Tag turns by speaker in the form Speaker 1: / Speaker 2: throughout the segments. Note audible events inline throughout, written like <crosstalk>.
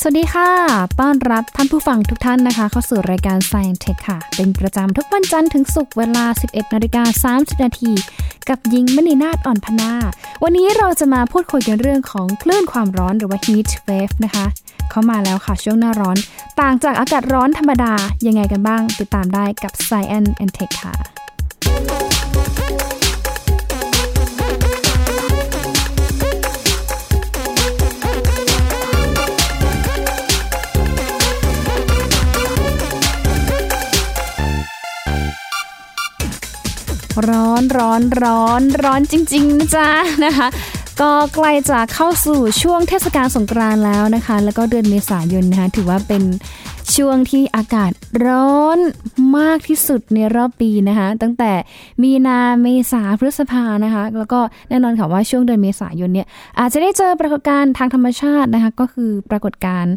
Speaker 1: สวัสดีค่ะ ต้อนรับท่านผู้ฟังทุกท่านนะคะ เข้าสู่รายการ Science Tech ค่ะ เป็นประจำทุกวันจันทร์ถึงศุกร์เวลา 11นาฬิกา30นาทีกับยิงมณีนาฏอ่อนพนา วันนี้เราจะมาพูดคุยกันเรื่องของคลื่นความร้อนหรือว่า heat wave นะคะ เข้ามาแล้วค่ะช่วงหน้าร้อน ต่างจากอากาศร้อนธรรมดายังไงกันบ้าง ติดตามได้กับ Science and Tech ค่ะ ร้อนร้อนร้อนร้อนจริงๆนะ <laughs> จ๊ะนะคะ ก็ใกล้จะเข้าสู่ช่วงเทศกาลสงกรานต์แล้วนะคะ แล้วก็เดือนเมษายนนะคะ ถือว่าเป็นช่วงที่อากาศร้อนมากที่สุดในรอบปีนะคะ ตั้งแต่มีนาเมษาพฤษภานะคะ แล้วก็แน่นอนค่ะว่าช่วงเดือนเมษายนเนี่ยอาจจะได้เจอปรากฏการณ์ทางธรรมชาตินะคะ ก็คือปรากฏการณ์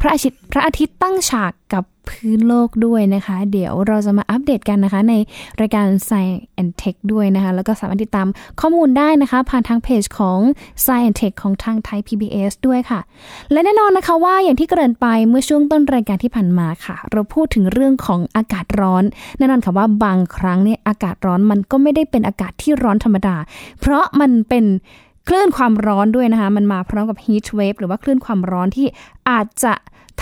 Speaker 1: พระอาทิตย์พระอาทิตย์ตั้งฉากกับพื้นโลกด้วยนะคะ เดี๋ยวเราจะมาอัปเดตกันนะคะ ในรายการ Science and Tech ด้วยนะคะ แล้วก็สามารถติดตามข้อมูลได้นะคะ ผ่านทางเพจของ Science and Tech ของทางไทย PBS ด้วยค่ะ และแน่นอนนะคะว่าอย่างที่เกริ่นไปเมื่อช่วงต้นรายการที่ผ่านมาค่ะ เราพูดถึงเรื่องของอากาศร้อน แน่นอนค่ะว่าบางครั้งเนี่ยอากาศร้อนมันก็ไม่ได้เป็นอากาศที่ร้อนธรรมดา เพราะมันเป็นคลื่นความร้อนด้วยนะคะ มันมาพร้อมกับ heat wave หรือว่าคลื่นความร้อนที่อาจจะ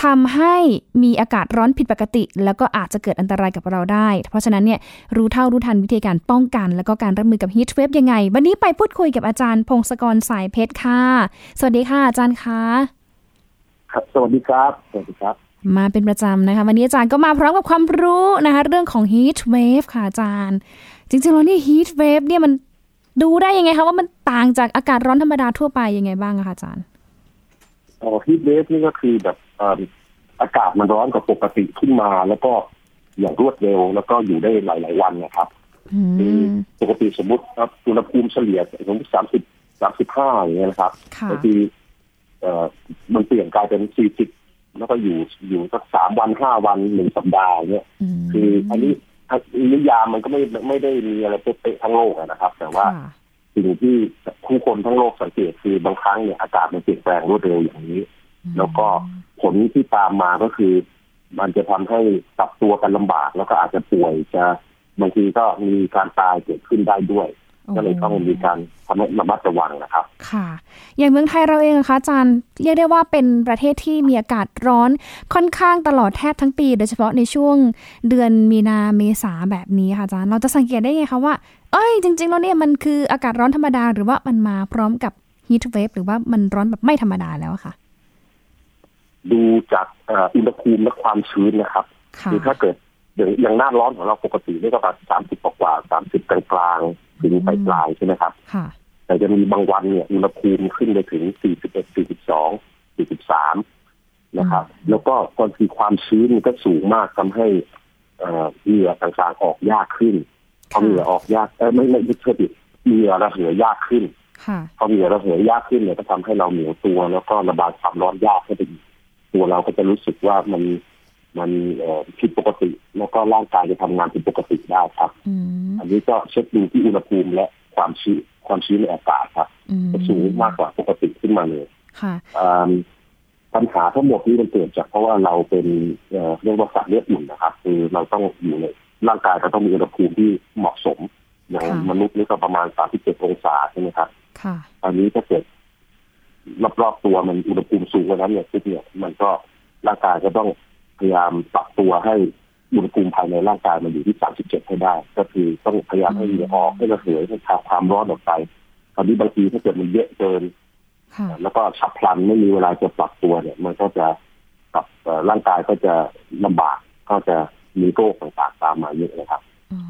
Speaker 1: ทำให้มีอากาศร้อนผิดปกติ แล้วก็อาจจะเกิดอันตรายกับเราได้ เพราะฉะนั้นเนี่ยรู้เท่ารู้ทันวิธีการป้องกัน แล้วก็การรับมือกับ heat wave ยังไง วันนี้ไปพูดคุยกับอาจารย์พงศกรสายเพชรค่ะ สวัสดีค่ะอาจารย์คะ
Speaker 2: ครับสวัสดีครับ สวัสดีครับ
Speaker 1: มาเป็นประจำนะคะ วันนี้อาจารย์ก็มาพร้อมกับความรู้นะคะ เรื่องของ heat wave ค่ะอาจารย์ จริงๆแล้วเนี่ย heat wave เนี่ยมันดูได้ยังไงคะว่ามันต่างจากอากาศร้อนธรรมดาทั่วไปยังไงบ้างอะคะอาจารย์
Speaker 2: อ๋อฮีทเวฟนี่ก็คือแบบเอ่ออากาศมันร้อนกว่าปกติขึ้นมา แล้วก็อย่างรวดเร็ว แล้วก็อยู่ได้หลาย ๆ วันนะครับ
Speaker 1: อืม
Speaker 2: คือปกติสมมติครับอุณหภูมิเฉลี่ยสมมติสามสิบสามสิบห้าอย่างเงี้ยนะครับ
Speaker 1: ค่ะ
Speaker 2: บางทีเอ่อมันเปลี่ยนกลายเป็นสี่สิบแล้วก็อยู่อยู่สักสามวันห้าวันหนึ่งสัปดาห์อย่างเงี้ย
Speaker 1: ม
Speaker 2: คืออันนี้อันนิยามมันก็ไม่ไม่ได้มีอะไรเป๊ะๆทั้งโลกอะนะครับ แต่ว่า
Speaker 1: ค่ะ
Speaker 2: สิ่งที่ผู้คนทั้งโลกสังเกตคือบางครั้งเนี่ยอากาศมันเปลี่ยนแปลงรวดเร็วอย่างนี้ แล้วก็ผลที่ตามมาก็คือ มันจะทำให้ปรับตัวกันลำบาก แล้วก็อาจจะป่วยจะบางทีก็มีการตายเกิดขึ้นได้ด้วย ก็เลยต้องมีการทำให้ระมัดระวังนะครับ
Speaker 1: ค่ะ อย่างเมืองไทยเราเองนะคะอาจารย์เรียกได้ว่าเป็นประเทศที่มีอากาศร้อนค่อนข้างตลอดแทบทั้งปี โดยเฉพาะในช่วงเดือนมีนาเมษาแบบนี้ค่ะอาจารย์เราจะสังเกตได้ไงคะว่า เอ้ยจริงๆแล้วเนี่ยมันคืออากาศร้อนธรรมดาหรือว่ามันมาพร้อมกับ heat wave หรือว่ามันร้อนแบบไม่ธรรมดาแล้วอะค่ะ
Speaker 2: ดูจากเอ่ออุณหภูมิและความชื้นนะครับ
Speaker 1: ค่ะ
Speaker 2: คือถ้าเกิดอย่างอย่างหน้าร้อนของเราปกตินี่ก็ประมาณสามสิบกว่าสามสิบกลางๆถึงปลายๆใช่ไหมครับ
Speaker 1: ค่ะ
Speaker 2: แต่จะมีบางวันเนี่ยอุณหภูมิขึ้นไปถึง 41 42 43 นะครับ แล้วก็กคือความชื้นมันก็สูงมากทำให้เอ่อเหงื่อต่างๆออกยากขึ้นพอเหงื่อออกยากเออไม่ไม่ไม่ใช่ดิเหงื่อระเหยยากขึ้น
Speaker 1: ค่ะ
Speaker 2: พอเหงื่อระเหยยากขึ้นเนี่ยก็ทำให้เราเหนียวตัว แล้วก็ระบายความร้อนยากขึ้นไปอีกตัวเราก็จะรู้สึกว่ามันมันเอ่อผิดปกติ แล้วก็ร่างกายจะทำงานผิดปกติได้ครับ
Speaker 1: อืม
Speaker 2: อันนี้ก็เช็คดูที่อุณหภูมิและความชื้นความชื้นในอากาศครับ
Speaker 1: อืม
Speaker 2: สูงมากกว่าปกติขึ้นมาเลย
Speaker 1: ค่ะ
Speaker 2: อ่าปัญหาทั้งหมดนี้มันเกิดจากเพราะว่าเราเป็นเอ่อเรียกว่าสัตว์เลือดอุ่นนะครับ คือเราต้องอยู่ในร่างกายเราต้องมีอุณหภูมิที่เหมาะสมอย่าง
Speaker 1: ค่ะ
Speaker 2: มนุษย์นี่ก็ประมาณ 37 องศาใช่ไหมครับ
Speaker 1: ค่ะ
Speaker 2: อันนี้ถ้าเกิดรอบๆตัวมันอุณหภูมิสูงกว่านั้นเนี่ยปุ๊บเนี่ยมันก็ร่างกายก็ต้องพยายามปรับตัวให้อุณหภูมิภายในร่างกายมันอยู่ที่ 37 ให้ได้ ก็คือต้องพยายามให้เหงื่อออกให้ระเหยให้ทาความร้อนออกไปคราวนี้บางทีถ้าเกิดมันเยอะเกิน
Speaker 1: ค่ะ
Speaker 2: แล้วก็ฉับพลันไม่มีเวลาจะปรับตัวเนี่ย มันก็จะปรับเอ่อร่างกายก็จะลำบากก็จะมีโรคต่างๆตามมาเยอะนะครับ
Speaker 1: อ๋อ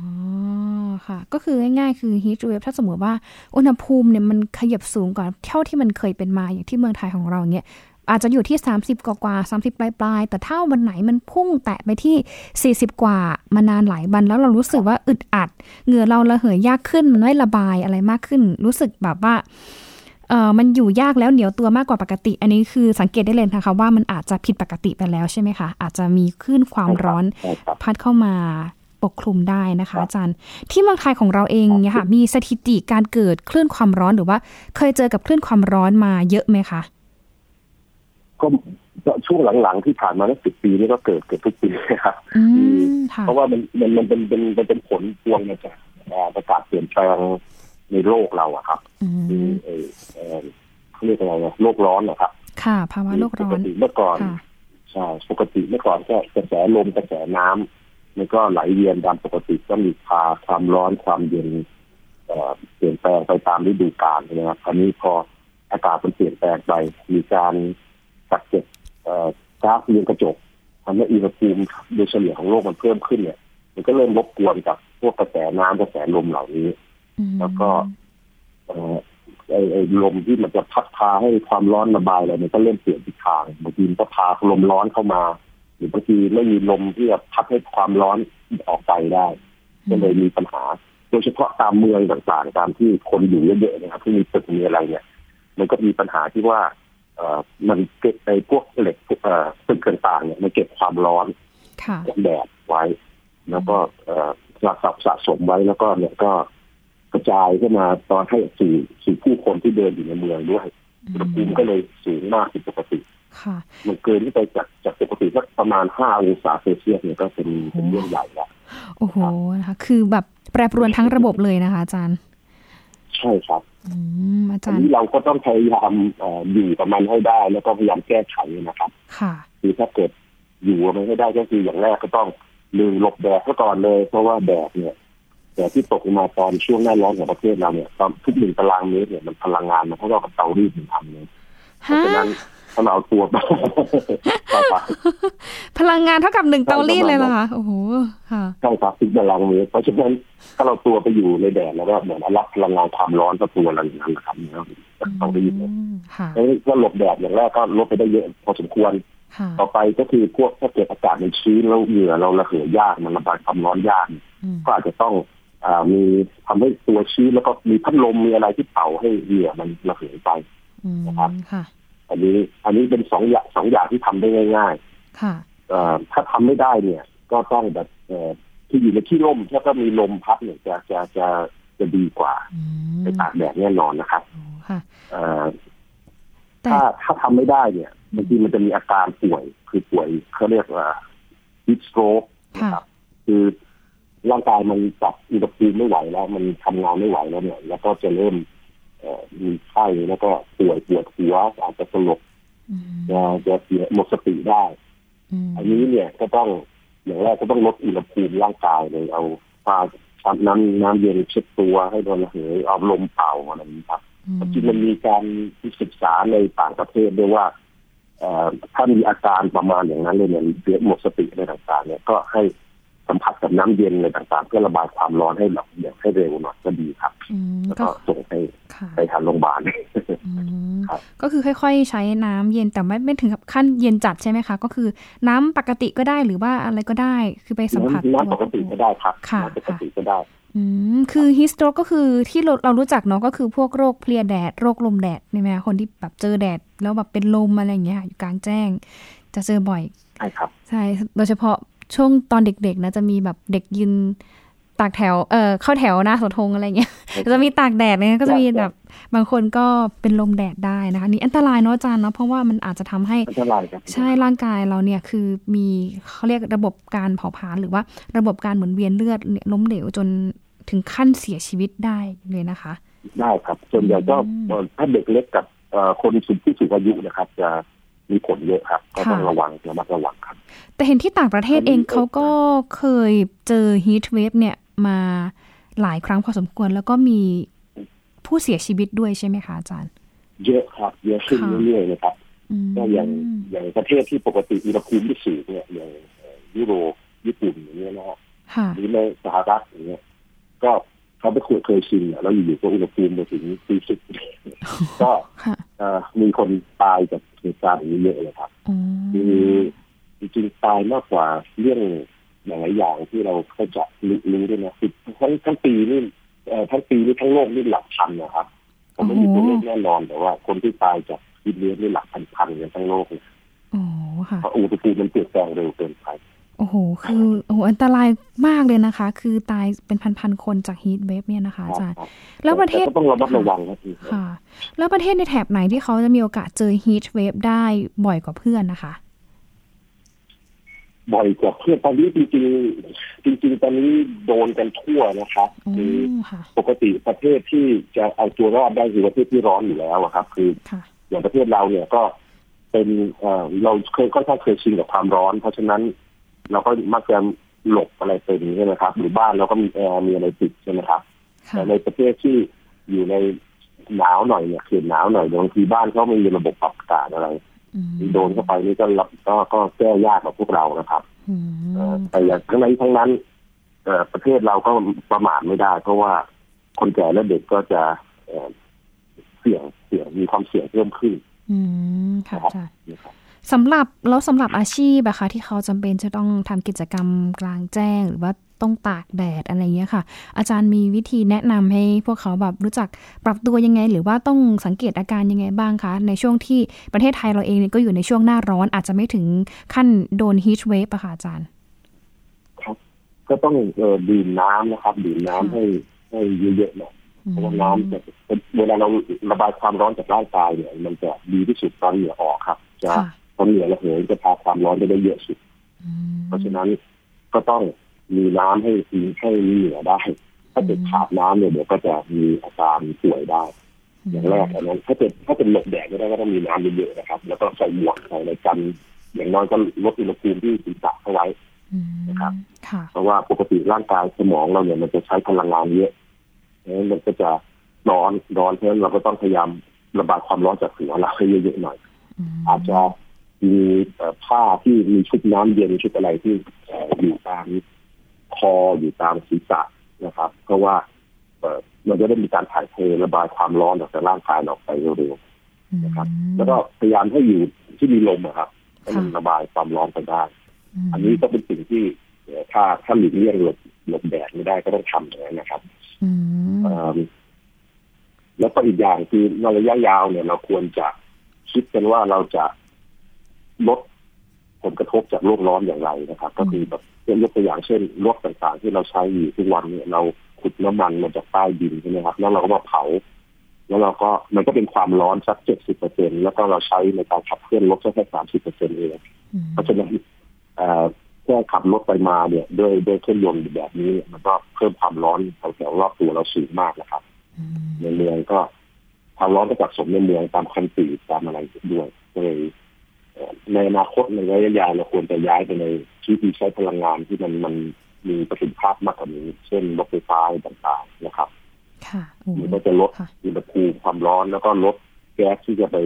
Speaker 1: ค่ะ ก็คือง่ายๆ คือ heat wave ถ้าสมมติว่าอุณหภูมิเนี่ยมันขยับสูงกว่าเท่าที่มันเคยเป็นมาอย่างที่เมืองไทยของเราเนี่ยอาจจะอยู่ที่ 30 กว่ากว่าๆ30 ปลายปลายๆแต่ถ้าวันไหนมันพุ่งแตะไปที่ 40 กว่ามานานหลายวันแล้วเรารู้สึกว่าอึดอัด เหงื่อเราระเหยยากขึ้นมันไม่ระบายอะไรมากขึ้น รู้สึกแบบว่าเออมันอยู่ยากแล้วเหนียวตัวมากกว่าปกติ อันนี้คือสังเกตได้เลยนะคะว่ามันอาจจะผิดปกติไปแล้วใช่ไหมคะอาจจะมีคลื่นความร้อน
Speaker 2: ใช่ครับ
Speaker 1: พัดเข้ามาปกคลุมได้นะคะ
Speaker 2: ครับ
Speaker 1: อาจารย์ ที่เมืองไทยของเราเองเนี่ยค่ะ มีสถิติการเกิดคลื่นความร้อนหรือว่า เคยเจอกับคลื่นความร้อนมาเยอะไหมคะ
Speaker 2: ก็ ก็ช่วงหลังๆที่ผ่านมานักสิบปีนี่ก็เกิดเกิดทุกปีนะครับ
Speaker 1: อืมค่ะ
Speaker 2: เพราะว่ามันมันมันเป็นเป็นมันเป็นผลพวงมาจากเอ่ออากาศเปลี่ยนแปลงในโลกเราอะครับ
Speaker 1: อื
Speaker 2: คือ
Speaker 1: ม
Speaker 2: เอ่อเอ่อเขาเรียกอะไรนะโลกร้อนนะครับ
Speaker 1: ค่ะภาวะโลกร้อ
Speaker 2: ปก
Speaker 1: น
Speaker 2: ติเมื่อก่อน
Speaker 1: ค่ะ
Speaker 2: ใช่ปกติเมื่อก่อนก็กระแสลมกระแสน้ำมันก็ไหลเวียนตามปกติก็มีพาความร้อนความเย็นเอ่อเปลี่ยนแปลงไปตามฤดูกาลนะครับคราวนี้พออากาศมันเปลี่ยนแปลงไป มีการกักเก็บเอ่อก๊าซเรือนกระจกทำให้อุณหภูมิโดยเฉลี่ยของโลกมันเพิ่มขึ้นเนี่ย มันก็เริ่มรบกวนกับพวกกระแสน้ำกระแสลมเหล่านี้
Speaker 1: อืม
Speaker 2: แล้วก็ เอ่อไอ้ไอ้ลมที่มันจะพัดพาให้ความร้อนระบายอะไรมันก็เริ่มเปลี่ยนทิศทางบางทีมันก็พาลมร้อนเข้ามา หรือบางทีไม่มีลมที่จะพัดให้ความร้อนออกไปได้ก็เลยมีปัญหา โดยเฉพาะตามเมืองต่างๆ ตามที่คนอยู่เยอะๆนะครับที่มีตึกมีอะไรเนี่ย มันก็มีปัญหาที่ว่า เอ่อมันเก็บไอ้พวกเหล็กพวกเอ่อตึกต่างๆเนี่ยมันเก็บความร้อน
Speaker 1: ค่ะ
Speaker 2: กแดดไว้ แล้วก็เอ่อสะสมสะสมไว้แล้วก็เนี่ยก็กระจายเข้ามาตอนให้สู่สู่ผู้คนที่เดินอยู่ในเมืองด้วยอุณหภูมิก็เลยสูงมากผิดปกติ
Speaker 1: ค่ะ
Speaker 2: มันเกินที่ไปจากจากปกติสักประมาณห้าองศาเซลเซียสเนี่ยก็เป็นเป็นเรื่องใหญ่ละ
Speaker 1: โอ้โหนะคะคือแบบแปรปรวนทั้งระบบเลยนะคะอาจารย์
Speaker 2: ใช่ครับ
Speaker 1: อืมอา
Speaker 2: อัน
Speaker 1: จารย์
Speaker 2: นี้เราก็ต้องพยายามเอ่ออยู่กับมันให้ได้ แล้วก็พยายามแก้ไขนะครับ
Speaker 1: ค่ะ
Speaker 2: คือถ้าเกิดอยู่มันไม่ได้ก็คืออย่างแรกก็ต้องหนึ่งหลบแดดซะก่อนเลย เพราะว่าแดดเนี่ยแดดที่ตกลงมาตอนช่วงหน้าร้อนของประเทศเราเนี่ยตอนทุกหนึ่งตารางเมตรเนี่ยมันพลังงานมันเท่ากับเตารีดหนึ่งอันเลยเพ
Speaker 1: ฮะ
Speaker 2: ราะฉะนั้นถ้าเราเอาตัวไป ใช่ครับ
Speaker 1: พลังงานเท่ากับหนึ่งเตารีดเลยเหรอคะโอ้โหค่ะ
Speaker 2: ใช่ครับทุกตารางเมตรเพราะฉะนั้นถ้าเราตัวไปอยู่ในแดดแล้วก็เหมือนรับพลังงานความร้อนกับตัวเราอย่างนั้นนะครับเนาะเตารีดเนี่ย
Speaker 1: อืมค่ะ
Speaker 2: ดังนั้นก็หลบแดดอย่างแรกก็ลดไปได้เยอะพอสมควร
Speaker 1: ค่ะ
Speaker 2: ต่อไปก็คือพวกถ้าเกิดอากาศมันชื้นแล้วเหงื่อเราระเหยยากมันระบายความร้อนยาก
Speaker 1: อืม
Speaker 2: ก็อาจจะต้องอามีทำให้ตัวชื้นแล้วก็มีพัดลมมีอะไรที่เป่าให้เหงื่อมันระเหยไป
Speaker 1: อืมค่ะ
Speaker 2: อันนี้อันนี้เป็นสองอย่างสองอย่างที่ทำได้ง่าย
Speaker 1: ค่ะ
Speaker 2: ๆเอ่อถ้าทำไม่ได้เนี่ย ก็ต้องแบบเอ่อที่อยู่ในที่ร่มถ้าก็มีลมพัดเนี่ยจะจะจะจะดีกว่า
Speaker 1: อืม
Speaker 2: ไปตากแดดแน่นอนนะครับ
Speaker 1: โอ้โหค่ะ
Speaker 2: เอ่อ
Speaker 1: แต่
Speaker 2: ถ้าถ้าทำไม่ได้เนี่ยบางทีมันจะมีอาการป่วย คือป่วยเขาเรียกว่า heat stroke นะ
Speaker 1: ค่ะ
Speaker 2: ครับ คือร่างกายมันปรับอุณหภูมิไม่ไหวแล้ว มันทำงานไม่ไหวแล้วเนี่ย แล้วก็จะเริ่มเอ่อมีไข้แล้วก็ป่วยปวดหัวอาจจะสลบ
Speaker 1: อืม
Speaker 2: จะจะเสียหมดสติได้
Speaker 1: อืม
Speaker 2: อันนี้เนี่ยก็ต้องอย่างแรกก็ต้องลดอุณหภูมิร่างกายเลยเอาฟ้าซับน้ำน้ำเย็นเช็ดตัวให้โดนระเหยเอาลมเป่าอะไรอย่างนี้ครับ
Speaker 1: อืม
Speaker 2: จริงๆมันมีการศึกษาในต่างประเทศด้วยว่าเอ่อถ้ามีอาการประมาณอย่างนั้นเลยเนี่ยเสียหมดสติอะไรต่างๆ เนี่ยก็ให้สัมผัสกับน้ำเย็นอะไรต่างๆ เพื่อระบายความร้อนให้แบบอย่างให้เร็วหน่อยก็ดีครับ
Speaker 1: อืม
Speaker 2: แล้ว
Speaker 1: ก็
Speaker 2: ก็ส่งให้
Speaker 1: ค่ะ
Speaker 2: ไปทางโรงพยาบาล
Speaker 1: อืม
Speaker 2: ครับ
Speaker 1: ก็คือค่อย ๆ ใช้น้ำเย็นแต่ไม่ไม่ถึงกับขั้นเย็นจัดใช่ไหมคะ ก็คือน้ำปกติก็ได้หรือว่าอะไรก็ได้ คือไปสัมผัส
Speaker 2: น้ำน้ำปกติก็ได้ครับ
Speaker 1: ค่ะ
Speaker 2: น้ำปกติก็ได้
Speaker 1: อืมคือฮิสโตรก็คือที่เราเรารู้จักเนาะก็คือพวกโรคเพลียแดด โรคลมแดดใช่ไหมคะคนที่แบบเจอแดด แล้วแบบเป็นลมอะไรอย่างเงี้ยค่ะอยู่กลางแจ้ง จะเจอบ่อย
Speaker 2: ใช่ครับ
Speaker 1: ใช่ โดยเฉพาะช่วงตอนเด็กๆนะจะมีแบบเด็กยืนตากแถว เออเข้าแถวหน้าเสาธงอะไรเงี้ย จะมีตากแดดเนี่ยก็จะมีแบบบางคนก็เป็นลมแดดได้นะคะอันนี่อันตรายเนาะอาจารย์เนาะเพราะว่ามันอาจจะทำให้
Speaker 2: อันตรายครับ
Speaker 1: ใช่ร่างกายเราเนี่ยคือมีเขาเรียกระบบการเผาผลาญหรือว่าระบบการหมุนเวียนเลือดเนี่ยล้มเหลวจนถึงขั้นเสียชีวิตได้เลยนะคะ
Speaker 2: ได้ครับ ส่วนใหญ่ก็
Speaker 1: อืม
Speaker 2: เอ่อถ้าเด็กเล็กกับเอ่อคนสูงผู้สูงอายุนะครับ จะมีผลเยอะครับ ก็ต้อง
Speaker 1: ค่ะ
Speaker 2: ระวังระมัดระวังครับ
Speaker 1: แต่เห็นที่ต่างประเทศเอง
Speaker 2: อันนี้
Speaker 1: เขาก็เคยเจอฮีทเวฟเนี่ยมาหลายครั้งพอสมควร แล้วก็มีผู้เสียชีวิตด้วยใช่ไหมคะอาจารย์
Speaker 2: เยอะครับเยอะขึ้น
Speaker 1: ค่ะ
Speaker 2: เรื่อยๆนะครับ
Speaker 1: อืม
Speaker 2: ก็อย่างอย่างประเทศที่ปกติอุณหภูมิที่สูงเนี่ยอย่างเอ่อยุโรปญี่ปุ่นอย่างเงี้ยนะฮะ
Speaker 1: ค่ะ
Speaker 2: หรือในสหรัฐอย่างเงี้ยก็เขาไปคุยเคยชินอะแล้วอยู่ๆก็อุณหภูมิไปถึงสี่ <laughs> สิบก็
Speaker 1: ค่ะ
Speaker 2: เอ่อมีคนตายจากเหตุการณ์อย่างนี้เยอะเลยครับ
Speaker 1: อ๋อ
Speaker 2: คือจริงๆตายมากกว่าเรื่องหลายๆอย่างที่เราเข้าใจรู้รู้ด้วยนะคือทั้งทั้งปีนี่เอ่อทั้งปีนี่ทั้งโลกนี่หลักพันนะครับผมไม่มีตัวเลขแน่นอนแต่ว่า คนที่ตายจากฮิตเลียนนี่หลักพันๆกันทั้งโลกเลย
Speaker 1: โอ้ค่ะ
Speaker 2: เพราะอุณหภูมิมันเปลี่ยนแปลงเร็วเกินไป
Speaker 1: อ โอ้โห คือโอ้โหอันตรายมากเลยนะคะ คือตายเป็นพันๆคนจากฮีทเวฟเนี่ยนะคะอาจารย์
Speaker 2: ครับ
Speaker 1: แล้วประเทศ
Speaker 2: ก็ต้องระมัดระวังครับพี่
Speaker 1: ค่ะ แล้วประเทศในแถบไหนที่เขาจะมีโอกาสเจอฮีทเวฟได้บ่อยกว่าเพื่อนนะคะ
Speaker 2: บ่อยกว่าเพื่อนตอนนี้จริงๆ จริง ๆ ตอนนี้โดนกันทั่วนะครับ
Speaker 1: โอ้
Speaker 2: คือ
Speaker 1: ค่ะ
Speaker 2: ปกติประเทศที่จะเอาตัวรอดได้คือประเทศที่ร้อนอยู่แล้วอะครับ คือ
Speaker 1: ค่ะ
Speaker 2: อย่างประเทศเราเนี่ยก็เป็นเอ่อเราเคยก็ถ้างเคยชินกับความร้อน เพราะฉะนั้น เราก็มักจะหลบอะไรเป็นใช่ไหมครับ หรือบ้านเราก็มีแอร์มีอะไรติดใช่ไหมครับ
Speaker 1: ค่ะ
Speaker 2: แต่ในประเทศที่อยู่ในหนาวหน่อยเนี่ยเขตหนาวหน่อยบางทีบ้านเขาไม่มีระบบปรับอากาศอะไร
Speaker 1: อืม
Speaker 2: โดนเข้าไปนี่ก็รับก็ก็แก้ยากกับพวกเรานะครับ
Speaker 1: อื
Speaker 2: เอ่อ
Speaker 1: ม
Speaker 2: แต่อย่างทั้งนั้นทั้งนั้นเอ่อประเทศเราก็ประมาทไม่ได้ เพราะว่าคนแก่และเด็กก็จะเอ่อเสี่ยงเสี่ยงมีความเสี่ยงเพิ่มขึ้น
Speaker 1: อืมค่ะอาจารย์
Speaker 2: นะครับ
Speaker 1: สำหรับแล้วสำหรับอาชีพอะคะที่เขาจำเป็นจะต้องทำกิจกรรมกลางแจ้ง หรือว่าต้องตากแดดอะไรเงี้ยค่ะ อาจารย์มีวิธีแนะนำให้พวกเขาแบบรู้จักปรับตัวยังไง หรือว่าต้องสังเกตอาการยังไงบ้างคะ ในช่วงที่ประเทศไทยเราเองเนี่ยก็อยู่ในช่วงหน้าร้อนอาจจะไม่ถึงขั้นโดนฮีทเวฟอะค่ะอาจารย์
Speaker 2: ก็ต้องเอ่อดื่มน้ำนะครับ ดื่มน้ำ
Speaker 1: ค่ะ
Speaker 2: ให้ให้เยอะๆหน่อยเพราะว่าน้ำจะเวลาเราระบายความร้อนจากร่างกายเนี่ย มันจะดีที่สุดตอนเหงื่อออกครับจะ
Speaker 1: ค่ะ
Speaker 2: ตอนเหงื่อระเหยจะพาความร้อนไปได้เยอะสุด
Speaker 1: อืม
Speaker 2: เพราะฉะนั้นก็ต้องมีน้ำให้มีให้มีเหนือได้ ถ้าเกิด
Speaker 1: อืม
Speaker 2: ขาดน้ำเนี่ยเดี๋ยวก็จะมีอาการป่วยได้ อย่างแรกอันนั้นถ้าเกิดถ้าเป็นหลบแดดไม่ได้ก็ต้องมีน้ำเยอะๆนะครับ แล้วก็ใส่หมวกใส่อะไรกัน อย่างน้อยก็ลดอุณหภูมิที่ศีรษะเข้าไว้
Speaker 1: อืม
Speaker 2: นะครับ
Speaker 1: ค่ะ
Speaker 2: เพราะว่าปกติร่างกายสมองเราเนี่ยมันจะใช้พลังงานเยอะเพราะฉะนั้นมันก็จะร้อนร้อนเพราะฉะนั้นเราก็ต้องพยายามระบายความร้อนจากหัวเราให้เยอะๆหน่อย
Speaker 1: ม
Speaker 2: อาจจะมีเอ่อผ้าที่มีชุดน้ำเย็นชุดอะไรที่เอ่ออยู่ตามคออยู่ตามศีรษะนะครับ เพราะว่าเอ่อมันจะได้มีการถ่ายเทระบายความร้อนออกจากร่างกายออกไปเร็ว
Speaker 1: อืม
Speaker 2: ๆแล้วก็พยายามให้อยู่ที่มีลมนะครับให้มันระบายความร้อนไปได้ อันนี้ก็เป็นสิ่งที่เอ่อถ้าถ้าหลีกเลี่ยงหลบหลบแดดไม่ได้ก็ต้องทำอย่างนั้นนะครับ
Speaker 1: อืม
Speaker 2: เอิ่มแล้วก็อีกอย่างคือในระยะยาวเนี่ยเราควรจะคิดกันว่าเราจะลดผลกระทบจากโลกร้อนอย่างไรนะครับ ก็คือแบบยกตัวอย่างเช่นรถต่างๆ ที่เราใช้อยู่ทุกวันเนี่ยเราขุดน้ำมันมาจากใต้ดินใช่ไหมครับ แล้วเราก็มาเผา แล้วเราก็มันก็เป็นความร้อนสักเจ็ดสิบเปอร์เซ็นแล้วก็เราใช้ในการขับเคลื่อนรถแค่สามสิบเปอร์เซ็นเอง
Speaker 1: อืม
Speaker 2: เพราะฉะนั้นเอ่อแค่ขับรถไปมาเนี่ยด้วยด้วยเครื่องยนต์แบบนี้เนี่ยมันก็เพิ่มความร้อนแถวๆรอบตัวเราสูงมากนะครับ
Speaker 1: อืม
Speaker 2: ในเมืองก็ความร้อนก็สะสมในเมืองตามคอนกรีตตามอะไรด้วยเลยเอ่อในอนาคตในระยะยาวเราควรจะย้ายไปในที่ที่ใช้พลังงานที่มันมันมีประสิทธิภาพมากกว่านี้ เช่นรถไฟฟ้าต่างๆนะครับ
Speaker 1: ค่ะโอ้
Speaker 2: มันก็จะลด
Speaker 1: ค่ะ
Speaker 2: อุณหภูมิความร้อนแล้วก็ลดแก๊สที่จะไป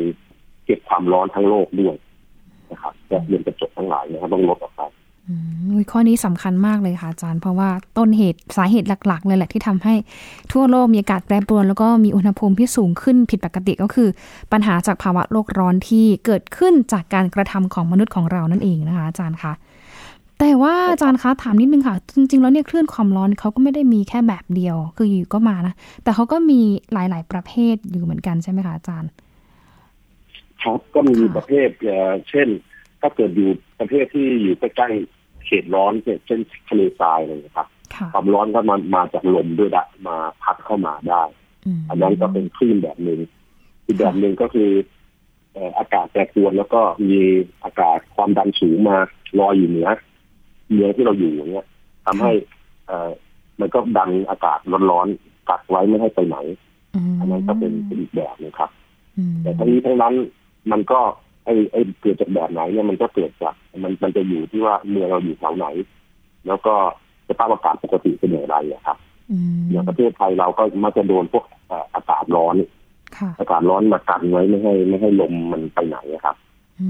Speaker 2: เก็บความร้อนทั้งโลกด้วยนะครับแก๊สเรือนกระจกทั้งหลายเนะครับต้องลดออกไป
Speaker 1: อืมอุ๊ยข้อนี้สำคัญมากเลยค่ะอาจารย์ เพราะว่าต้นเหตุสาเหตุหลัก ๆ เลยแหละที่ทำให้ทั่วโลกมีอากาศแปรปรวน แล้วก็มีอุณหภูมิที่สูงขึ้นผิดปกติก็คือ ปัญหาจากภาวะโลกร้อนที่เกิดขึ้นจากการกระทำของมนุษย์ของเรานั่นเองนะคะ อาจารย์คะแต่ว่าอาจารย์คะถามนิดนึงค่ะ จริง ๆ แล้วเนี่ยคลื่นความร้อนเขาก็ไม่ได้มีแค่แบบเดียว คืออยู่ก็มานะแต่เขาก็มีหลาย ๆ ประเภทอยู่เหมือนกันใช่ไหมคะอาจารย์
Speaker 2: ครับก็มี
Speaker 1: ค่ะ
Speaker 2: ประเภทเอ่อเช่น ถ้าเกิดอยู่ประเภทที่อยู่ใกล้ๆเขตร้อนเนี่ยเช่นทะเลทรายอะไรนะครับ
Speaker 1: ค่ะ
Speaker 2: ความร้อนก็มามาจากลมด้วยละมาพัดเข้ามาได้
Speaker 1: ม
Speaker 2: อันนั้นก็เป็นคลื่นแบบหนึ่งอีกแบบหนึ่งก็คือเอ่ออากาศแปรปรวนแล้วก็มีอากาศความดันสูงมาลอยอยู่เหนือเมืองที่เราอยู่อย่างเงี้ยทำให้ เอ่อมันก็ดันอากาศร้อนๆกักไว้ไม่ให้ไปไหน อันนั้นก็เป็นเป็นอีกแบบหนึงครับ แต่ทั้งนี้ทั้งนั้นมันก็ไอไอเกิดจากแบบไหนเนี่ยมันก็เกิดจากมันมันจะอยู่ที่ว่าเมืองเราอยู่แถวไหน แล้วก็สภาพอากาศปกติเป็นอย่างไรอะครับ
Speaker 1: อืม
Speaker 2: อย่างประเทศไทยเราก็มักจะโดนพวกเอ่ออากาศร้อน
Speaker 1: ค่ะ
Speaker 2: อากาศร้อนมากันไว้ไม่ให้ไม่ให้ลมมันไปไหนอะครับ
Speaker 1: อื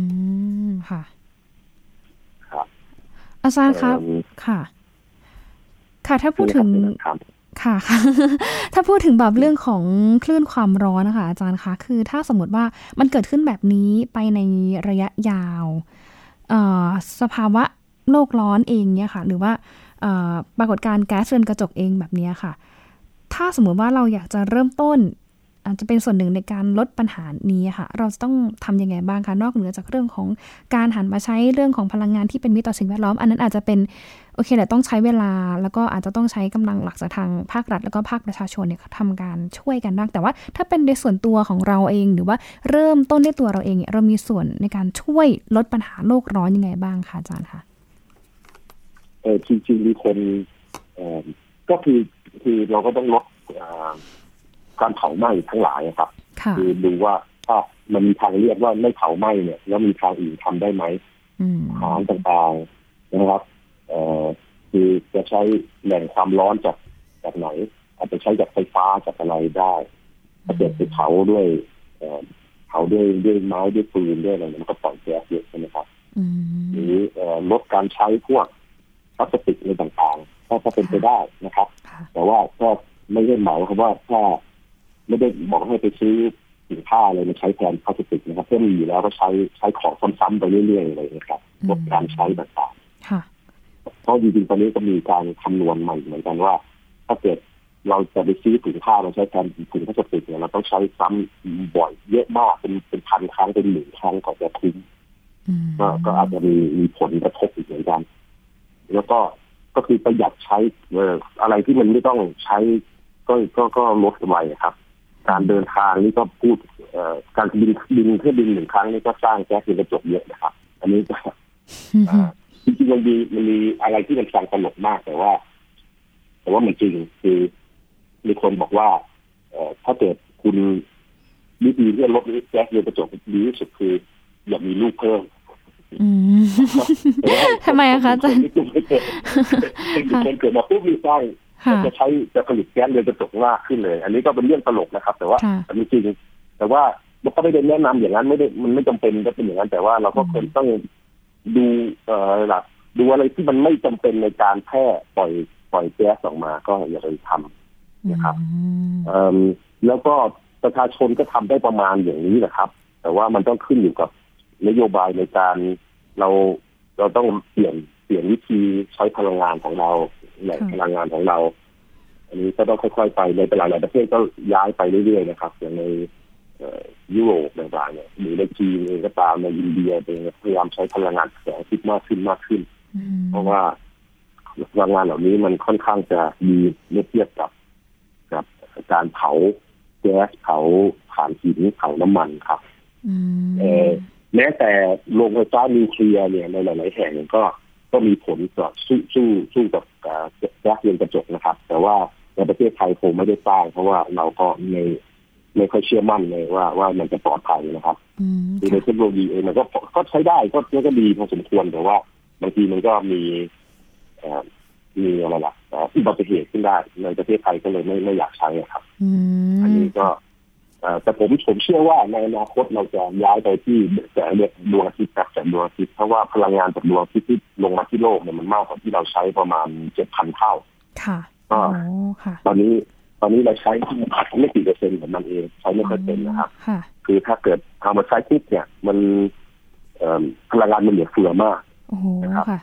Speaker 1: ม ค่ะ
Speaker 2: ครับ
Speaker 1: อาจารย์คะ
Speaker 2: เอิ่ม
Speaker 1: ค่ะ ค่ะ ถ้าพูดถึง
Speaker 2: นี่ครับ
Speaker 1: ค่ะ <laughs> ถ้าพูดถึงแบบเรื่องของคลื่นความร้อนนะคะ อาจารย์คะ คือถ้าสมมติว่ามันเกิดขึ้นแบบนี้ไปในระยะยาวเอ่อสภาวะโลกร้อนเองเนี่ยค่ะ หรือว่าเอ่อปรากฏการณ์แก๊สเรือนกระจกเองแบบเนี้ยค่ะ ถ้าสมมติว่าเราอยากจะเริ่มต้น อาจจะเป็นส่วนหนึ่งในการลดปัญหานี้ค่ะ เราจะต้องทำยังไงบ้างคะนอกเหนือจากเรื่องของการหันมาใช้เรื่องของพลังงานที่เป็นมิตรต่อสิ่งแวดล้อม อันนั้นอาจจะเป็นโอเคแหละต้องใช้เวลา แล้วก็อาจจะต้องใช้กำลังหลักจากทางภาครัฐ แล้วก็ภาคประชาชนเนี่ยทำการช่วยกันบ้างแต่ว่าถ้าเป็นในส่วนตัวของเราเองหรือว่าเริ่มต้นด้วยตัวเราเองเนี่ยเรามีส่วนในการช่วยลดปัญหาโลกร้อนยังไงบ้างคะอาจารย์คะ
Speaker 2: เออจริงๆมีคนเออก็คือคือเราก็ต้องลดเอ่อการเผาไหม้ทั้งหลายอะครับ
Speaker 1: ค่ะ
Speaker 2: คือดูว่าถ้ามันมีทางเรียกว่าไม่เผาไหม้เนี่ย แล้วมีทางอื่นทำได้ไหม
Speaker 1: อืม
Speaker 2: อาหารต่างๆนะครับเอ่อคือจะใช้แหล่งความร้อนจากจากไหน อาจจะใช้จากไฟฟ้าจากอะไรได้ถ้าเกิดไปเผาด้วยเอ่อเผาด้วยด้วยไม้ด้วยปืนด้วยอะไรเนี่ยมันก็ปล่อยแก๊สเยอะใช่ไหมครับ
Speaker 1: อื
Speaker 2: ห
Speaker 1: ม
Speaker 2: รือเอ่อลดการใช้พวกพลาสติกอะไรต่างๆถ้าถ้าเป็นไปได้นะครับ
Speaker 1: ค่ะ
Speaker 2: แต่ว่าก็ไม่ได้หมายความว่าถ้าไม่ได้บอกให้ไปซื้อสินค้าอะไรมาใช้แทนพลาสติกนะครับเพื่อมีอยู่แล้วก็ใช้ใช้ของซ้ำๆไปเรื่อยๆอะไรอย่างเลยนะครับ
Speaker 1: อืม
Speaker 2: ลดการใช้ต่าง
Speaker 1: ค่ะ
Speaker 2: ๆเพราะจริงๆตอนนี้ก็มีการคำนวณใหม่เหมือนกันว่า ถ้าเกิดเราจะไปซื้อถุงผ้ามาใช้แทนถุงพลาสติกเนี่ยเราต้องใช้ซ้ำบ่อยเยอะมากเป็นเป็นพันครั้งเป็นหมื่นครั้งก่อนจะทิ้ง
Speaker 1: อืม
Speaker 2: ก็ก็อาจจะมีมีผลกระทบอีกเหมือนกัน แล้วก็ก็คือประหยัดใช้เอออะไรที่มันไม่ต้องใช้ก็ก็ก็ลดไว้ครับ การเดินทางนี่ก็พูดเอ่อการบินบินเครื่องบินหนึ่งครั้งนี่ก็สร้างแก๊สเรือนกระจกเยอะนะครับ อันนี้ก็
Speaker 1: อืม
Speaker 2: อ่าจริงๆมันมีมันมีอะไรที่มันฟังตลกมากแต่ว่า แต่ว่ามันจริงคือมีคนบอกว่า เอ่อถ้าเกิดคุณวิธีที่จะลดแก๊สเรือนกระจกดีที่สุดคือ อย่ามีลูกเพิ่ม
Speaker 1: อืม <laughs> ทำไมอะคะอาจารย์
Speaker 2: คนเกิด <laughs> คนเกิดมาปุ๊บมีไส้
Speaker 1: ค่ะ
Speaker 2: จะใช้จะผลิตแก๊สเรือนกระจกมากขึ้นเลย อันนี้ก็เป็นเรื่องตลกนะครับ แต่ว่า
Speaker 1: ค่ะ
Speaker 2: อันนี้จริง แต่ว่ามันก็ไม่ได้แนะนำอย่างนั้นไม่ได้มันไม่จำเป็นจะเป็นอย่างนั้น แต่ว่าเราก็ควรต้องดูเอ่อหลักดูอะไรที่มันไม่จำเป็นในการแพร่ปล่อยปล่อยแก๊สออกมาก็อย่าไปทำ นะครับ
Speaker 1: อืม
Speaker 2: เอิ่มแล้วก็ประชาชนก็ทำได้ประมาณอย่างนี้แหละครับ แต่ว่ามันต้องขึ้นอยู่กับนโยบายในการเราเราต้องเปลี่ยนเปลี่ยนวิธีใช้พลังงานของเราแหล่งพลังงานของเรา อันนี้ก็ต้องค่อยๆไปในหลายๆประเทศก็ย้ายไปเรื่อยๆนะครับ อย่างในเอ่อยุโรปต่างๆเนี่ยหรือในจีนเองก็ตามในอินเดียเองพยายามใช้พลังงานแสงอาทิตย์มากขึ้นมากขึ้น
Speaker 1: อืม
Speaker 2: เพราะว่าพลังงานเหล่านี้มันค่อนข้างจะดีเมื่อเทียบกับ กับการเผาแก๊สเผาถ่านหินเผาน้ำมันครับ
Speaker 1: อืม
Speaker 2: เอ่อ แม้แต่โรงไฟฟ้านิวเคลียร์เนี่ยในหลาย ๆ แห่งก็ก็มีผลต่อสู้สู้สู้กับเอ่อแก๊สเรือนกระจกนะครับ แต่ว่าในประเทศไทยคงไม่ได้สร้าง เพราะว่าเราก็ไม่ไม่ค่อยเชื่อมั่นเลยว่าว่ามันจะปลอดภัยนะครับ
Speaker 1: อืม
Speaker 2: คือใน
Speaker 1: ค่ะ
Speaker 2: เทคโนโลยีเองมันก็ก็ใช้ได้ก็ก็ดีพอสมควรแต่ว่าบางทีมันก็มีเอ่อมีอะไรล่ะเอ่ออุบัติเหตุขึ้นได้ในประเทศไทยก็เลยไม่ไม่อยากใช้อะครับ
Speaker 1: อืม
Speaker 2: อันนี้ก็เอ่อแต่ผมผมเชื่อว่าในอนาคตเราจะย้ายไปที่แสงดวงอาทิตย์ครับแสงดวงอาทิตย์เพราะว่าพลังงานจากดวงอาทิตย์ที่ลงมาที่โลกเนี่ยมันมากกว่าที่เราใช้ประมาณเจ็ดพันเท่า
Speaker 1: ค่ะ
Speaker 2: ก็
Speaker 1: โอ้ค่ะ
Speaker 2: ตอนนี้ตอนนี้เราใช้ไม่กี่เปอร์เซ็นต์ของมันเองใช้ไม่ค่อยเป็นนะครับ
Speaker 1: ค่ะ
Speaker 2: คือถ้าเกิดเอามาใช้ปุ๊บเนี่ย มันเอิ่มพลังงานมันเหลือเฟือมาก
Speaker 1: โอ้โห
Speaker 2: นะครับ
Speaker 1: ค่ะ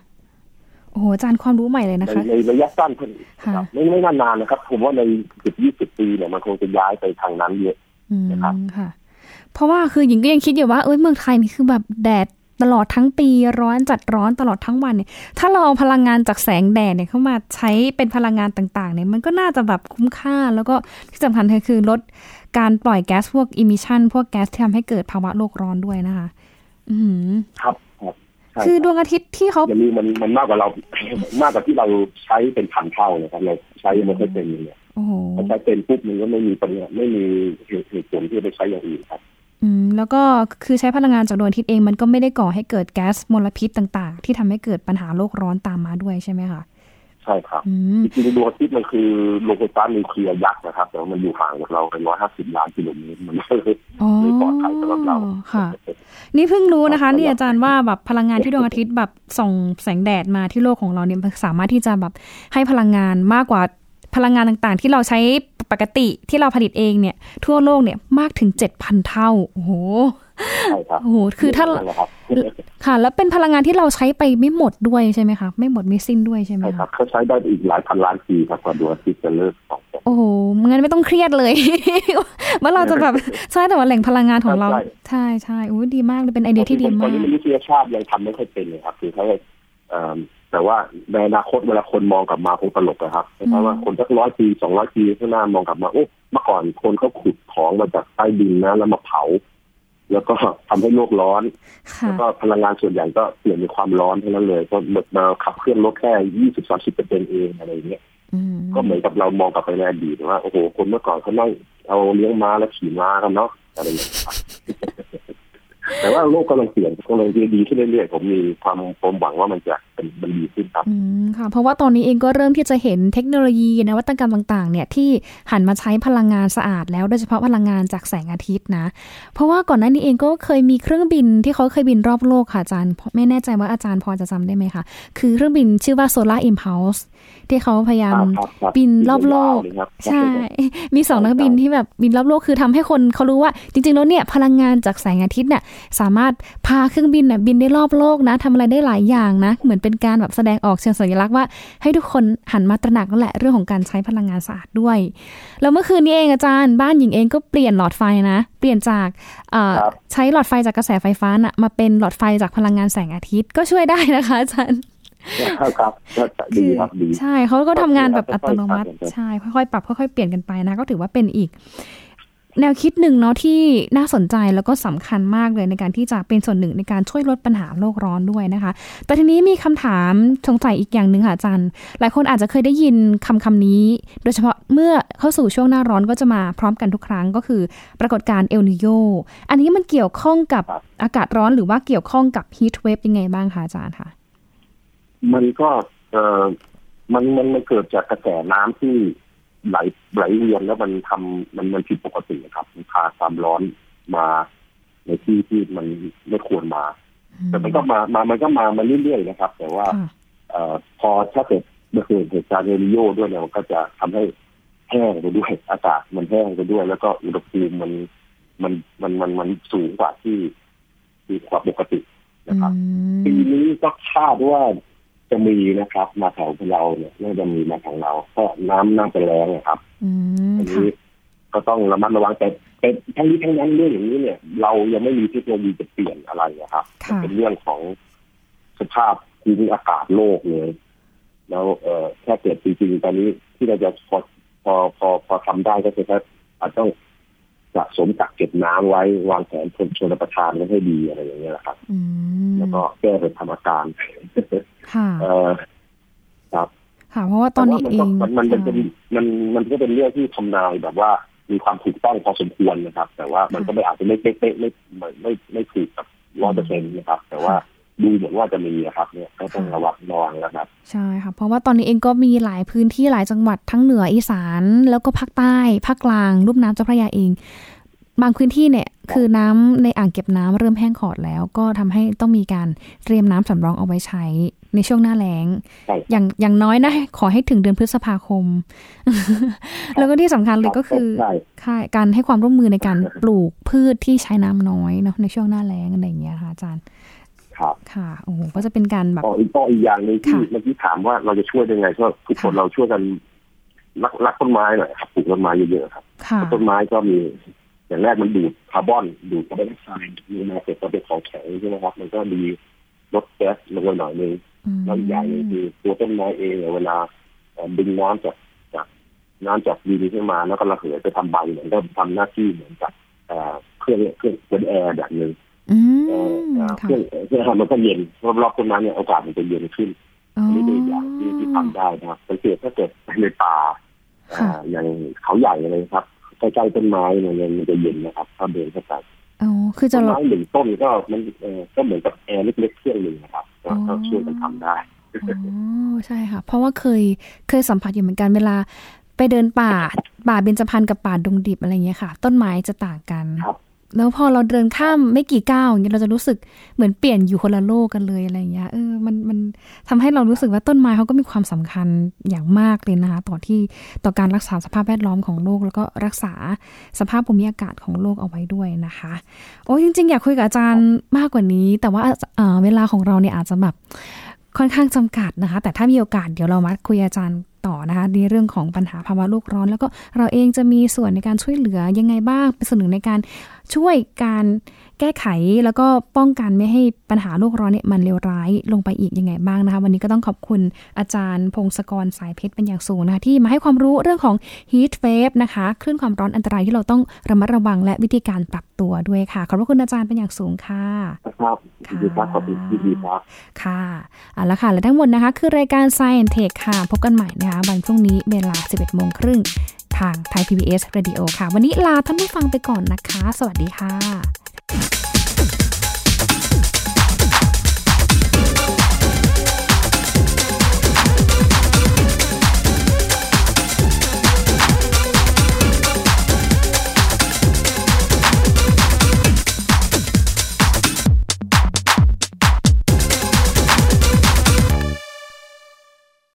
Speaker 1: โอ้โห อาจารย์ความรู้ใหม่เลยนะ
Speaker 2: ใน
Speaker 1: คะ
Speaker 2: ในระยะสั้นเพิ่ง
Speaker 1: ค่ะ
Speaker 2: ครับไม่ไม่นานๆนะครับ ผมว่าในสิบยี่สิบปีเนี่ยมันคงจะย้ายไปทางนั้นเยอะ
Speaker 1: อืม
Speaker 2: นะครับ
Speaker 1: ค่ะ เพราะว่าคือหญิงก็ยังคิดอยู่ว่า เอ้ย เมืองไทยนี่คือแบบแดดตลอดทั้งปีร้อนจัดร้อนตลอดทั้งวันเนี่ย ถ้าเราเอาพลังงานจากแสงแดดเนี่ยเข้ามาใช้เป็นพลังงานต่างๆเนี่ยมันก็น่าจะแบบคุ้มค่า แล้วก็ที่สำคัญคือลดการปล่อยแก๊สพวกอิมิชันพวกแก๊สที่ทำให้เกิดภาวะโลกร้อนด้วยนะคะ อืม
Speaker 2: ครับครับใช่
Speaker 1: คือ
Speaker 2: ค
Speaker 1: ด
Speaker 2: รั
Speaker 1: ว
Speaker 2: บ
Speaker 1: งอาทิตย์ที่เขา
Speaker 2: อย่าลืมมันมันมากกว่า <coughs> เรา มากกว่าที่เราใช้เป็นพันเท่านะครับเราใช้ไม่ค่อยเป็นเลยเนี่ย
Speaker 1: โอ้โห
Speaker 2: พอใช้เป็นปุ๊บมันก็ไม่มีปัญญาไม่มีเหตุเหตุผลที่จะไปใช้อย่างอื่นครับ
Speaker 1: อืมแล้วก็คือใช้พลังงานจากดวงอาทิตย์เองมันก็ไม่ได้ก่อให้เกิดแก๊สมลพิษต่างๆ ที่ทำให้เกิดปัญหาโลกร้อนตามมาด้วยใช่ไหมคะ
Speaker 2: ใช่ครับ
Speaker 1: อืม
Speaker 2: จริงๆดวงอาทิตย์มันคือโลกฟ้านิวเคลียร์ยักษ์นะครับ แต่ว่ามันอยู่ห่างจากเราไปร้อยห้าสิบล้านกิโลเมตรมันก็เลย
Speaker 1: อ๋อ
Speaker 2: ไม่ปลอดภัยสำหรับเรา
Speaker 1: ค่ะ นี่เพิ่งรู้นะคะเนี่ยอาจารย์ว่าแบบพลังงานที่ดวงอาทิตย์แบบส่องแสงแดดมาที่โลกของเราเนี่ยมันสามารถที่จะแบบให้พลังงานมากกว่าพลังงานต่างๆ ที่เราใช้ ปกติที่เราผลิตเองเนี่ย ทั่วโลกเนี่ยมากถึง 7,000 เท่า โอ้โห
Speaker 2: ใช่ครับ
Speaker 1: โอ้โห คือถ้า
Speaker 2: นั่นแหละครับ
Speaker 1: ค่ะ แล้วเป็นพลังงานที่เราใช้ไปไม่หมดด้วยใช่ไหมคะ ไม่หมดไม่สิ้นด้วยใช่ไหม
Speaker 2: ใช่ค
Speaker 1: คะ
Speaker 2: รับเขาใช้ได้อีกหลายพันล้านปีครับกว่าดวงอาทิตย์จะเลิกตก
Speaker 1: โอ้โห งั้นไม่ต้องเครียดเลย <laughs> ว่าเราจะแบบใช่แต่ว่าแหล่งพลังงานของเรา ใช่ใช่โอ้ดีมากเลยเป็นไอเดียที่ดี
Speaker 2: ตอ
Speaker 1: มาน ก
Speaker 2: นี้มนุษยชาติยังทำไม่ค่อยเป็นเลยครับ คือเขาเลยเอิ่มแต่ว่าในอนาคตเวลาคนมองกลับมาคงตลกนะครับเพราะว่าคนสักร้อยปีสองร้อยปีข้างหน้ามองกลับมาโอ้เมื่อก่อนคนเขาขุดของมาจากใต้ดินนะแล้วมาเผา แล้วก็ทำให้โลกร้อน
Speaker 1: ค่ะ
Speaker 2: แล้วก็พลังงานส่วนใหญ่ก็เปลี่ยนเป็นความร้อนเท่านั้นเลยก็หมดมาขับเคลื่อนลดแค่ยี่สิบสามสิบเปอร์เซ็นเองอะไรอย่างเงี้ย
Speaker 1: อืม
Speaker 2: ก็เหมือนกับเรามองกลับไปในอดีตว่าโอ้โห คนเมื่อก่อนเขานั่งเอาเลี้ยงม้าแล้วขี่ม้ากันเนาะ <laughs> อะไรอย่างเงี้ยครับ แต่ว่าโลกกำลังเปลี่ยนกำลังจะดีขึ้นเรื่อยๆผมมีความความหวังว่ามันจะเป็นมันดีขึ้นครับ
Speaker 1: อืมค่ะ เพราะว่าตอนนี้เองก็เริ่มที่จะเห็นเทคโนโลยีนวัตกรรมต่างๆ เนี่ยที่หันมาใช้พลังงานสะอาดแล้วโดยเฉพาะพลังงานจากแสงอาทิตย์นะ เพราะว่าก่อนหน้านี้เองก็เคยมีเครื่องบินที่เขาเคยบินรอบโลกค่ะอาจารย์ ไม่แน่ใจว่าอาจารย์พอจะจำได้ไหมคะ คือเครื่องบินชื่อว่า Solar Impulse ที่เขาพยายาม
Speaker 2: ครับครับ
Speaker 1: บินรอบโลก
Speaker 2: ครับ
Speaker 1: ใช่ <laughs> มีสองนักบินที่แบบบินรอบโลกคือทำให้คนเขารู้ว่าจริงๆแล้วเนี่ยพลังงานจากแสงอาทิตย์เนี่ยสามารถพาเครื่องบินน่ะบินได้รอบโลกนะทำอะไรได้หลายอย่างนะ เหมือนเป็นการแบบแสดงออกเชิงสัญลักษณ์ว่า ให้ทุกคนหันมาตระหนักนั่นแหละเรื่องของการใช้พลังงานสะอาดด้วย แล้วเมื่อคืนนี้เองอาจารย์บ้านหญิงเองก็เปลี่ยนหลอดไฟนะ เปลี่ยนจากเอ่อ
Speaker 2: ครับ
Speaker 1: ใช้หลอดไฟจากกระแสไฟฟ้าน่ะมาเป็นหลอดไฟจากพลังงานแสงอาทิตย์ก็ช่วยได้นะคะอาจารย์
Speaker 2: ครับครับครับดีครับดี
Speaker 1: ใช่เขาก็ทำงานแบบอัตโนมัติ
Speaker 2: ค่อยๆปรับกันไป
Speaker 1: ใช่ ค่อยๆ ปรับค่อยๆ เปลี่ยนกันไปนะ ก็ถือว่าเป็นอีก แนวคิดหนึ่งเนาะที่น่าสนใจแล้วก็สำคัญมากเลยในการที่จะเป็นส่วนหนึ่งในการช่วยลดปัญหาโลกร้อนด้วยนะคะ แต่ทีนี้มีคำถามสงสัยอีกอย่างหนึ่งค่ะอาจารย์ หลายคนอาจจะเคยได้ยินคำคำนี้ โดยเฉพาะเมื่อเข้าสู่ช่วงหน้าร้อนก็จะมาพร้อมกันทุกครั้งก็คือ ปรากฏการณ์เอลนิโยอันนี้มันเกี่ยวข้องกับอากาศร้อนหรือว่าเกี่ยวข้องกับฮีทเวฟยังไงบ้างคะอาจารย์คะ
Speaker 2: มันก็เออมันมันมันเกิดจากกระแสน้ำที่ไหลไหลเวียนแล้วมันทำมันมันผิดปกติครับมันพาความร้อนมาในที่ที่มันไม่ควรมา แต่มันก็มามามันก็มามาเรื่อยๆนะครับ แต่ว่า
Speaker 1: ค่ะ
Speaker 2: เออพอถ้าเกิดเมื่อเกิดเหตุการณ์เอลนิโยด้วยเนี่ยมันก็จะทำให้แห้งไปด้วยอากาศมันแห้งไปด้วย แล้วก็อุณหภูมิมันมันมันมันมันสูงกว่าที่ที่กว่าปกตินะครับ ปีนี้ก็คาดว่าจะมีนะครับ มาแถวเราเนี่ยน่าจะมีมาแถวเราเพราะน้ำน่าจะแรงนะครับ
Speaker 1: อืม
Speaker 2: อัน
Speaker 1: ค่ะ
Speaker 2: นี้ก็ต้องระมัดระวังแต่แต่ทั้งนี้ทั้งนั้นเรื่องอย่างนี้เนี่ย เรายังไม่มีเทคโนโลยีจะเปลี่ยนอะไรนะครับ
Speaker 1: ค่ะ
Speaker 2: เป็นเรื่องของสภาพภูมิอากาศโลกเลย แล้วเอ่อแค่เกิดจริงๆตอนนี้ที่เราจะพอพอพอพอทำได้ก็คือว่าอาจต้องสะสมกักเก็บน้ำไว้ วางแผนชนประทานไว้ให้ดีอะไรอย่างเงี้ยแหละครับ
Speaker 1: อืม
Speaker 2: แล้วก็แก้เป็นธรรมการ
Speaker 1: ค่ะ
Speaker 2: เออครับ
Speaker 1: ค่ะ เพราะว่าต
Speaker 2: แต่
Speaker 1: อน
Speaker 2: ว่า
Speaker 1: นี้
Speaker 2: มัน
Speaker 1: เอ
Speaker 2: ก็
Speaker 1: ง
Speaker 2: มันมันเป็น
Speaker 1: ใช่
Speaker 2: มันมันก็เป็นเรื่องที่ทำนายแบบว่ามีความถูกต้องพอสมควรนะครับ แต่ว่ามัน
Speaker 1: ค่ะ
Speaker 2: ก็ไม่อาจจะไม่เป๊ะๆไม่ไม่ไม่ไม่ถูกกับร้อยเปอร์เซ็นต์นะครับ แต่ว่าดูเหมือนว่าจะมีนะครับ เนี่ยก็ต้องระวังระวังนะครับ
Speaker 1: ใช่ค่ะ เพราะว่าตอนนี้เองก็มีหลายพื้นที่หลายจังหวัดทั้งเหนืออีสานแล้วก็ภาคใต้ภาคกลางลุ่มน้ำเจ้าพระยาเอง บางพื้นที่เนี่ยคือน้ำในอ่างเก็บน้ำเริ่มแห้งขอดแล้ว ก็ทำให้ต้องมีการเตรียมน้ำสำรองเอาไว้ใช้ในช่วงหน้าแล้ง
Speaker 2: ใช่
Speaker 1: อย่างอย่างน้อยนะ <laughs> ขอให้ถึงเดือนพฤษภาคม <laughs> แล้วก็ที่สำคัญเลยก็คือ
Speaker 2: ใช่
Speaker 1: ค่ะการให้ความร่วมมือใน
Speaker 2: <laughs>
Speaker 1: การปลูกพืชที่ใช้น้ำน้อยเนาะในช่วงหน้าแล้งอะไรอย่างเงี้ยค่ะอาจารย์
Speaker 2: ครับ
Speaker 1: ค่ะโอ้โหก็จะเป็นการแบบ
Speaker 2: ก็อีกก็อีกอย่างหนึ่งที่
Speaker 1: ค่ะ
Speaker 2: เมื่อกี้ถามว่าเราจะช่วยยังไงก็ทุกคนเราช่วยกันรักรักต้นไม้หน่อยครับปลูกต้นไม้เยอะๆครับ
Speaker 1: ค่ะ
Speaker 2: ต้นไม้ก็มีอย่างแรกมันดูดคาร์บอนดูดคาร์บอนไดออกไซด์มีมาเสร็จก็เป็นของแข็งใช่ไหมครับ มันก็มีลดแก๊สลงมาหน่อยนึง
Speaker 1: อืม
Speaker 2: แล้วอีกอย่างหนึงคือตัวต้นไม้เองเนี่ยเวลาเอ่อดึงน้ำจากจากน้ำจากดินขึ้นมาแล้วก็ระเหยไปทำใบเนี่ยก็ทำหน้าที่เหมือนกับเอ่อเครื่องเครื่องเป็นแอร์แบบหนึ่ง
Speaker 1: อื
Speaker 2: เอ่อ
Speaker 1: ม
Speaker 2: เอ่อเค
Speaker 1: ค่ะ
Speaker 2: รื่องเครื่องทำมันก็เย็นรอบๆต้นไม้เนี่ยอากาศมันจะเย็นขึ้น
Speaker 1: อ๋อ
Speaker 2: นี่เป็นอย่างที่ที่ทำได้นะครับสังเกตถ้าเกิดในป่า
Speaker 1: ค่ะ
Speaker 2: อ่าอย่างเขาใหญ่อะไรครับใกล้ๆต้นไม้เนี่ยมันจะเย็นนะครับ ถ้าเดินเข้าไป
Speaker 1: อ๋อคือจะ
Speaker 2: ต้น
Speaker 1: ลด
Speaker 2: ไม้หนึ่งต้นก็มันเอ่อก็เหมือนกับแอร์เล็กๆเครื่องหนึ่งนะครับก็
Speaker 1: อ๋อ
Speaker 2: ก็ช่วยกันทำได้
Speaker 1: อ๋อใช่ค่ะ เพราะว่าเคยเคยสัมผัสอยู่เหมือนกันเวลา ไปเดินป่า ป่าเบญจพรรณกับป่าดงดิบอะไรเงี้ยค่ะ ต้นไม้จะต่างกัน
Speaker 2: ครับ
Speaker 1: แล้วพอเราเดินข้ามไม่กี่ก้าวอย่างเงี้ยเราจะรู้สึกเหมือนเปลี่ยนอยู่คนละโลกกันเลยอะไรอย่างเงี้ยเออมันมันทำให้เรารู้สึกว่าต้นไม้เขาก็มีความสำคัญอย่างมากเลยนะคะต่อที่ต่อการรักษาสภาพแวดล้อมของโลก แล้วก็รักษาสภาพภูมิอากาศของโลกเอาไว้ด้วยนะคะ โอ้ยจริง ๆ อยากคุยกับอาจารย์มากกว่านี้ แต่ว่าเอ่อเวลาของเราเนี่ยอาจจะแบบค่อนข้างจำกัดนะคะ แต่ถ้ามีโอกาสเดี๋ยวเรามาคุยอาจารย์ต่อนะคะในเรื่องของปัญหาภาวะโลกร้อน แล้วก็เราเองจะมีส่วนในการช่วยเหลือยังไงบ้าง เป็นส่วนหนึ่งในการช่วยการแก้ไขแล้วก็ป้องกันไม่ให้ปัญหาโลกร้อนเนี่ยมันเลวร้ายลงไปอีกยังไงบ้างนะคะ วันนี้ก็ต้องขอบคุณอาจารย์ พงศกรสายเพชรเป็นอย่างสูงนะคะที่มาให้ความรู้เรื่องของ heat wave นะคะคลื่นความร้อนอันตรายที่เราต้องระมัดระวังและวิธีการปรับตัวด้วยค่ะ ขอบพระคุณอาจารย์เป็นอย่างสูงค่ะ
Speaker 2: นะครับยินดีครับขอบคุณที่ดีครับ
Speaker 1: ค่ะเอาละค่ะ และทั้งหมดนะคะ คือรายการ Science Tech ค่ะ พบกันใหม่นะคะ วันพรุ่งนี้เวลา 11โมงครึ่งทางไทย PBS Radio ค่ะ วันนี้ลาท่านผู้ฟังไปก่อนนะคะ สวัสดีค่ะ